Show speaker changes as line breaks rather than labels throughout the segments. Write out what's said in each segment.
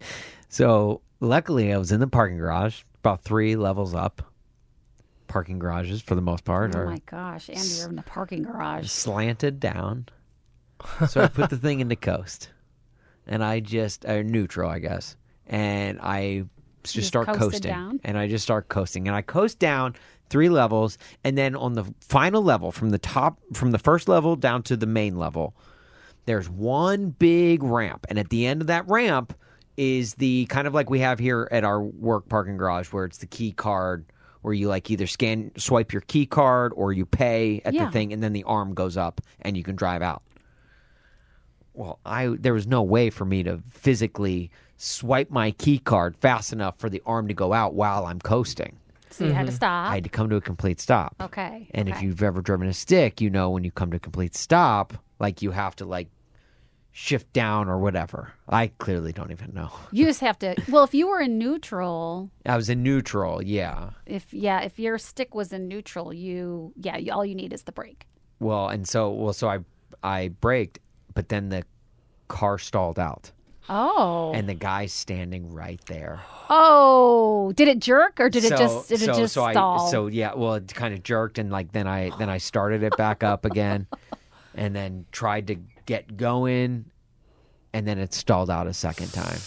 So, so luckily, I was in the parking garage, about three levels up. Parking garages, for the most part,
Oh
are
my gosh, Andy, you're in the parking garage.
slanted down. So I put the thing into coast, and I just or neutral, I guess, and I just,
just
start
coasted
coasting,
down?
and I just start coasting, and I coast down three levels, and then on the final level, from the top, from the first level down to the main level, there's one big ramp, and at the end of that ramp is the kind of like we have here at our work parking garage, where it's the key card, where you like either scan, swipe your key card, or you pay at
Yeah.
the thing, and then the arm goes up, and you can drive out. Well, I there was no way for me to physically swipe my key card fast enough for the arm to go out while I'm coasting.
So you had to stop.
Mm-hmm. I had to come to a complete stop.
Ah. okay.
And if
okay.
you've ever driven a stick, you know when you come to a complete stop, like you have to like shift down or whatever. I clearly don't even know.
you just have to. Well, if you were in neutral,
I was in neutral, yeah.
if yeah, if your stick was in neutral, you yeah, you, all you need is the brake.
Well, and so well, so I I braked, but then the car stalled out,
Oh.
and the guy's standing right there.
oh, did it jerk or did it just did it just
so
stall?
I, so yeah, well, it kind of jerked, and like then I then I started it back up again, and then tried to get going, and then it stalled out a second time,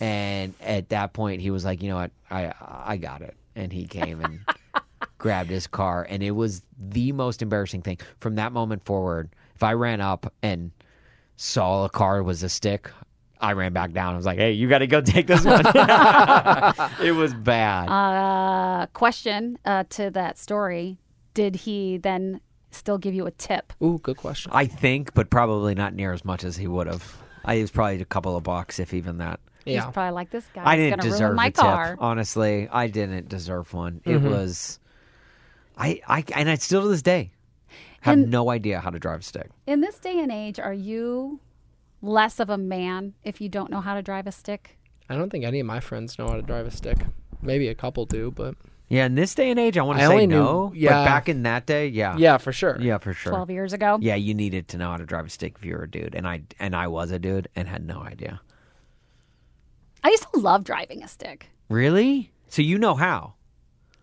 and at that point he was like, you know what, I I got it, and he came and grabbed his car, and it was the most embarrassing thing from that moment forward. If I ran up and saw a car was a stick. I ran back down. I was like, "Hey, you got to go take this one." it was bad.
uh, question uh, to that story: Did he then still give you a tip?
Ooh, good question.
I think, but probably not near as much as he would have. I it was probably a couple of bucks, if even that.
yeah.
He's probably like this guy.
I
is
didn't
gonna
deserve
ruin my
a tip.
car.
Honestly, I didn't deserve one.
Mm-hmm.
It was, I, I, and I still to this day have
And-
no idea how to drive a stick.
In this day and age, are you less of a man if you don't know how to drive a stick?
I don't think any of my friends know how to drive a stick. Maybe a couple do, but
Yeah, in this day and age, I want to
I
say
only knew-
no. but
yeah.
back in that day, yeah,
yeah, for sure.
yeah, for sure.
Twelve years ago.
Yeah, you needed to know how to drive a stick if you were a dude, and I and I was a dude and had no idea.
I used to love driving a stick.
Really? So you know how?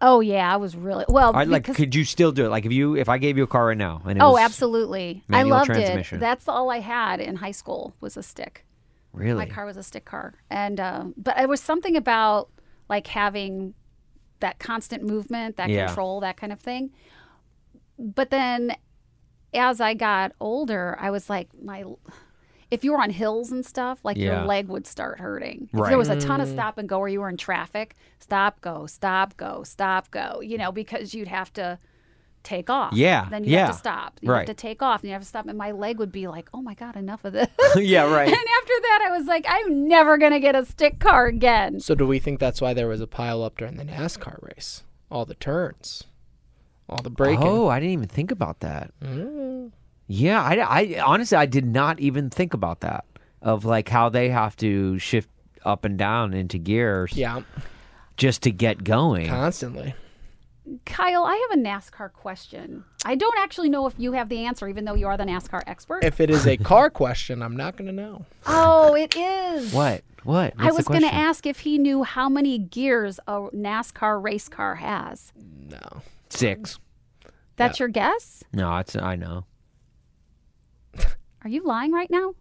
Oh yeah, I was really well.
I like.
because-
Could you still do it? Like if you if I gave you a car right now and it
oh,
was-
absolutely. I
manual
loved it.
transmission.
That's all I had in high school was a stick.
Really?
My car was a stick car, and um, but it was something about like having that constant movement, that
Yeah.
control, that kind of thing. But then, as I got older, I was like, my if you were on hills and stuff, like
Yeah.
your leg would start hurting. If
Right.
there was a ton of stop and go, or you were in traffic, stop, go, stop, go, stop, go. You know, because you'd have to take off.
Yeah,
Then you
yeah.
have to stop. You
Right.
have to take off. And you have to stop. And my leg would be like, oh my god, enough of this.
yeah, right.
And after that, I was like, I'm never going to get a stick car again.
So do we think that's why there was a pile up during the NASCAR race? All the turns, all the braking.
Oh, I didn't even think about that.
Mm.
Yeah, I, I honestly I did not even think about that of like how they have to shift up and down into gears
Yeah,
just to get going.
constantly.
Kyle, I have a NASCAR question. I don't actually know if you have the answer, even though you are the NASCAR expert.
If it is a car question, I'm not going to know.
oh, it is.
What? What?
I
What's the
was going to
question?
ask if he knew how many gears a NASCAR race car has.
No.
six.
That's your guess?
No, it's I know.
Are you lying right now?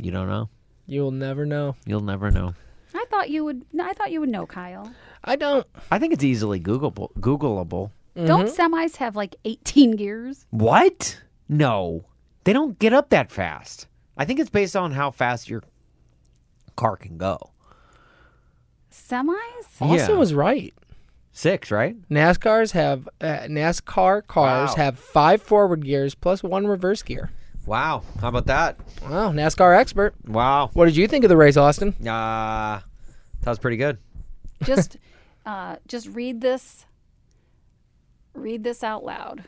You don't know.
You'll never know.
You'll never know.
I thought you would. no, I thought you would know, Kyle.
I don't.
I think it's easily Googleable. Googleable.
Don't semis have like 18 gears?
What? No, they don't get up that fast. I think it's based on how fast your car can go.
Semis?
Austin
Yeah.
was right.
Six, right?
NASCARs have uh, NASCAR cars
Wow.
have five forward gears plus one reverse gear.
Wow. How about that?
Wow, NASCAR expert.
Wow.
What did you think of the race, Austin?
Uh, that was pretty good.
Just, uh, just read this. Read this out loud.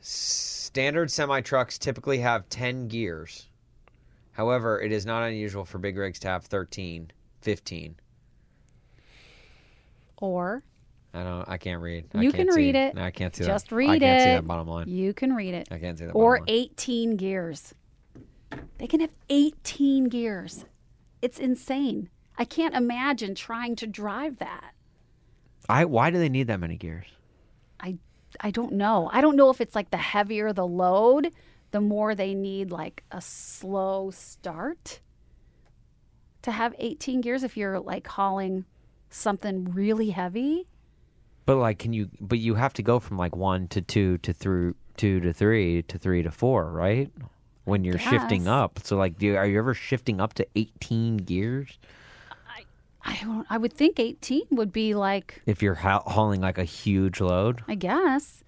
Standard semi trucks typically have 10 gears. However, it is not unusual for big rigs to have 13, 15.
Or
I don't. I can't read. I
You
can't
can
see.
read it.
No, I can't see that.
just
I
read
can't
it.
see that bottom line.
You can read it.
I can't see that.
Or
bottom line.
18 gears. They can have 18 gears. It's insane. I can't imagine trying to drive that.
I. Why do they need that many gears?
I I don't know. I don't know if it's like the heavier the load, the more they need like a slow start to have 18 gears if you're like hauling something really heavy.
But like, can you? But you have to go from like one to two to through two to three to three to four, right? When you're shifting
guess.
up, so like, do you, are you ever shifting up to eighteen gears?
I don't I would think 18 would be like
If you're ha- hauling like a huge load,
I guess.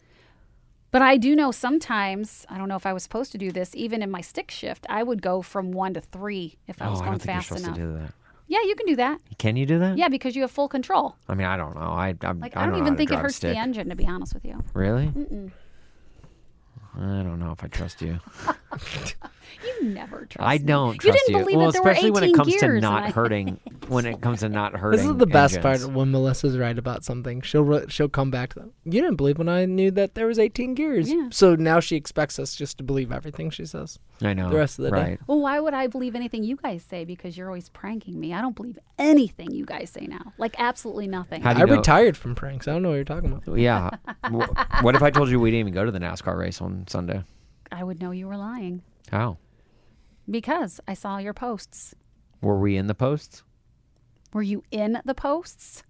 But I do know sometimes, I don't know if I was supposed to do this, even in my stick shift, I would go from 1 to 3 if I
oh,
was
I
going
don't think you're
fast
supposed
enough.
to do that.
Yeah, you can do that.
Can you do that?
Yeah, because you have full control.
I mean, I don't know. I I'm,
Like
I
I don't,
know how
even
to
think it
drive a
hurts
stick.
the engine to be honest with you.
Really? Mm-mm. I don't know if I trust you.
You never trust.
I
me.
don't
You
trust
didn't believe
well,
that there
especially
were 18
when it comes
gears,
to
and
not
I-
hurting. When it comes to not hurting.
This is the best
engines.
part when Melissa's right about something. She'll re- she'll come back to them. You didn't believe when I knew that there was 18 gears.
Yeah.
So now she expects us just to believe everything she says.
I know.
the rest of the day.
right.
Well, why would I believe anything you guys say? Because you're always pranking me. I don't believe anything you guys say now. Like absolutely nothing.
How do
I
you know?
retired from pranks. I don't know what you're talking about.
Yeah. W- what if I told you we didn't even go to the NASCAR race on Sunday?
I would know you were lying
How?
because I saw your posts.
Were we in the posts?
Were you in the posts?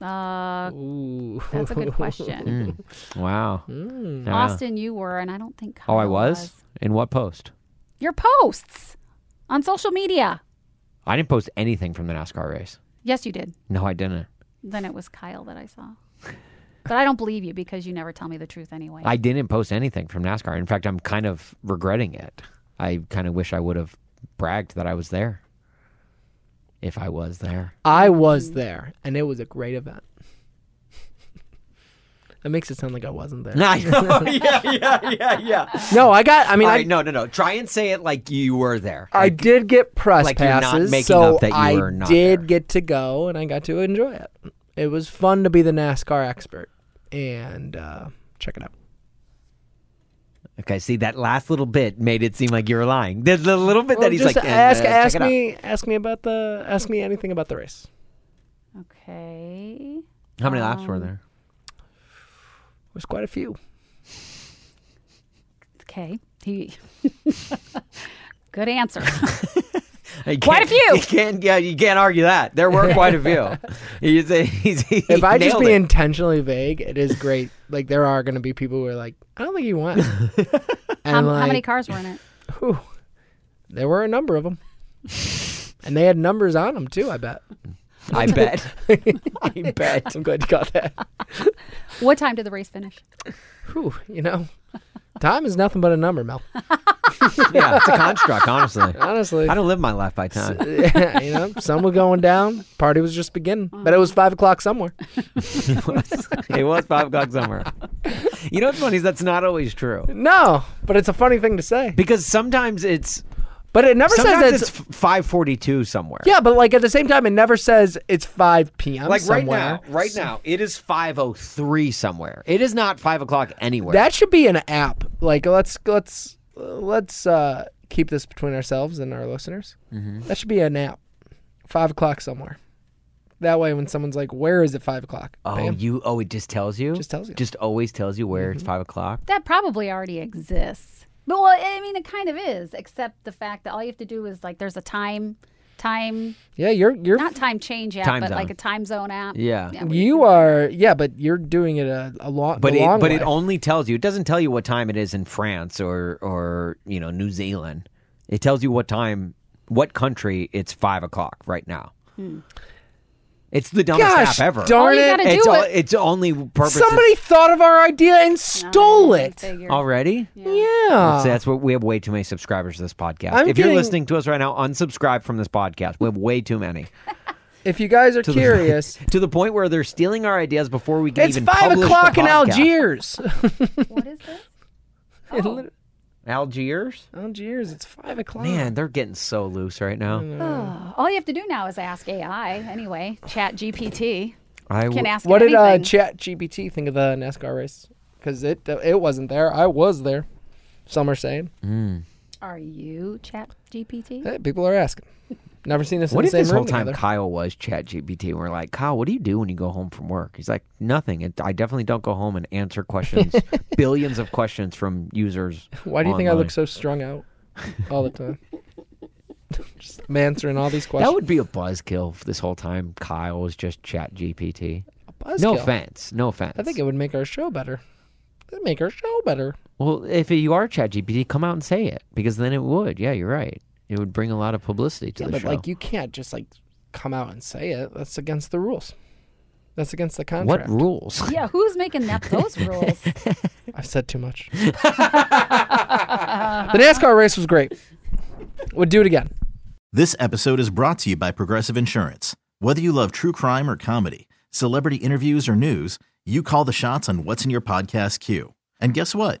Uh,
Ooh.
that's a good question.
Hmm. Wow. Yeah.
Hmm. Austin, you were, and I don't think.
Oh, I
Kyle
was? In what post?
Your posts on social media.
I didn't post anything from the NASCAR race.
Yes, you did.
No, I didn't.
Then it was Kyle that I saw. But I don't believe you because you never tell me the truth anyway.
I didn't post anything from NASCAR. In fact, I'm kind of regretting it. I kind of wish I would have bragged that I was there. If I was there.
I was there, and it was a great event. that makes it sound like I wasn't there.
I know. yeah, yeah, yeah, yeah.
No, I got. I mean,
All
I,
right, no, no, no. Try and say it like you were there.
I did get press
like you're not
passes,
making
so
up that you
I
were not
did
there.
get to go, and I got to enjoy it. It was fun to be the NASCAR expert, and uh, check it out.
Okay, see that last little bit made it seem like you were lying. There's the little bit
Well,
that he's
just
like, eh,
ask,
eh,
ask
check it out.
me, ask me about the, ask me anything about the race.
okay.
How many laps were there?
There's quite a few.
Okay. He Good answer.
You
Quite a
can't-
few.
You can't, yeah, you can't argue that. There were quite a few. He's a- he's- he
If I just
nailed
be
it.
intentionally vague, it is great. like there are going to be people who are like, I don't think you went. And,
how, how many
like,
cars were in it?
whew, there were a number of them, and they had numbers on them too. I bet.
I bet. I bet.
I'm glad you got that.
What time did the race finish?
Whew, you know, time is nothing but a number, Mel.
Yeah, it's a construct, honestly.
Honestly,
I don't live my life by time.
yeah, you know, sun was going down. Party was just beginning, but it was five o'clock somewhere.
it was five o'clock somewhere. You know what's funny is that's not always true.
No, but it's a funny thing to say.
Because sometimes it's
But it never
sometimes
says
it's,
it's.
five forty two somewhere.
yeah, but like at the same time, it never says it's five p.m.
Like right
somewhere.
now, right now, it is five oh three somewhere. It is not five o'clock anywhere.
That should be an app. Like let's let's let's uh, keep this between ourselves and our listeners.
Mm-hmm.
That should be an app. Five o'clock somewhere. That way, when someone's like, "Where is it five o'clock?"
oh,
Bam.
you oh, it just tells you.
Just tells you. Mm-hmm.
Just always tells you where it's five o'clock.
That probably already exists. But well, I mean, it kind of is, except the fact that all you have to do is like there's a time, time,
Yeah, you're you're
not time change app,
Time
but
zone.
like a time zone app.
Yeah.
we-
you are yeah, but you're doing it a, a long
But
the
it,
long
but
way.
it only tells you. It doesn't tell you what time it is in France or or you know New Zealand. It tells you what time, what country it's five o'clock right now. It's the dumbest
Hmm. Gosh,
app ever.
All
darn
you
it!
gotta do
it's
it.
o- its only purpose. is-
Somebody thought of our idea and stole
I
it.
figure.
already.
Yeah. Uh,
So that's what we have way too many subscribers to this podcast.
I'm
if
getting-
you're listening to us right now, unsubscribe from this podcast. We have way too many.
If you guys are
the-
curious,
to the point where they're stealing our ideas before we can
it's
even
five
publish the
o'clock in
podcast.
Algiers.
What is this?
It lit-
Algiers?
Algiers, Oh, it's five o'clock.
Man, they're getting so loose right
Mm.
now.
Oh, all you have to do now is ask AI. Anyway, Chat GPT
I
can
w-
ask. it
what did uh,
anything.
Chat GPT think of the NASCAR race? Because it uh, it wasn't there. I was there. Some are saying
Hmm.
Are you Chat GPT?
hey, people are asking. Never seen us
what
in
if
the same
this
room
whole time
together.
Kyle was Chat GPT? And we're like, Kyle, what do you do when you go home from work? He's like, nothing. It, I definitely don't go home and answer questions, billions of questions from users.
Why do you think I
online."
look so strung out all the time? Just I'm answering all these questions.
That would be a buzzkill if this whole time. Kyle was just Chat GPT.
Buzzkill.
No offense. No offense.
I think it would make our show better. It'd make our show better.
Well, if you are ChatGPT, come out and say it because then it would. Yeah, you're right. It would bring a lot of publicity to
Yeah,
the
but
show.
like you can't just like come out and say it. That's against the rules. That's against the
what
contract.
rules?
Yeah, who's making that those rules?
I've said too much. the NASCAR race was great. Would do it again.
This episode is brought to you by Progressive Insurance. Whether you love true crime or comedy, celebrity interviews or news, you call the shots on what's in your podcast queue. And guess what?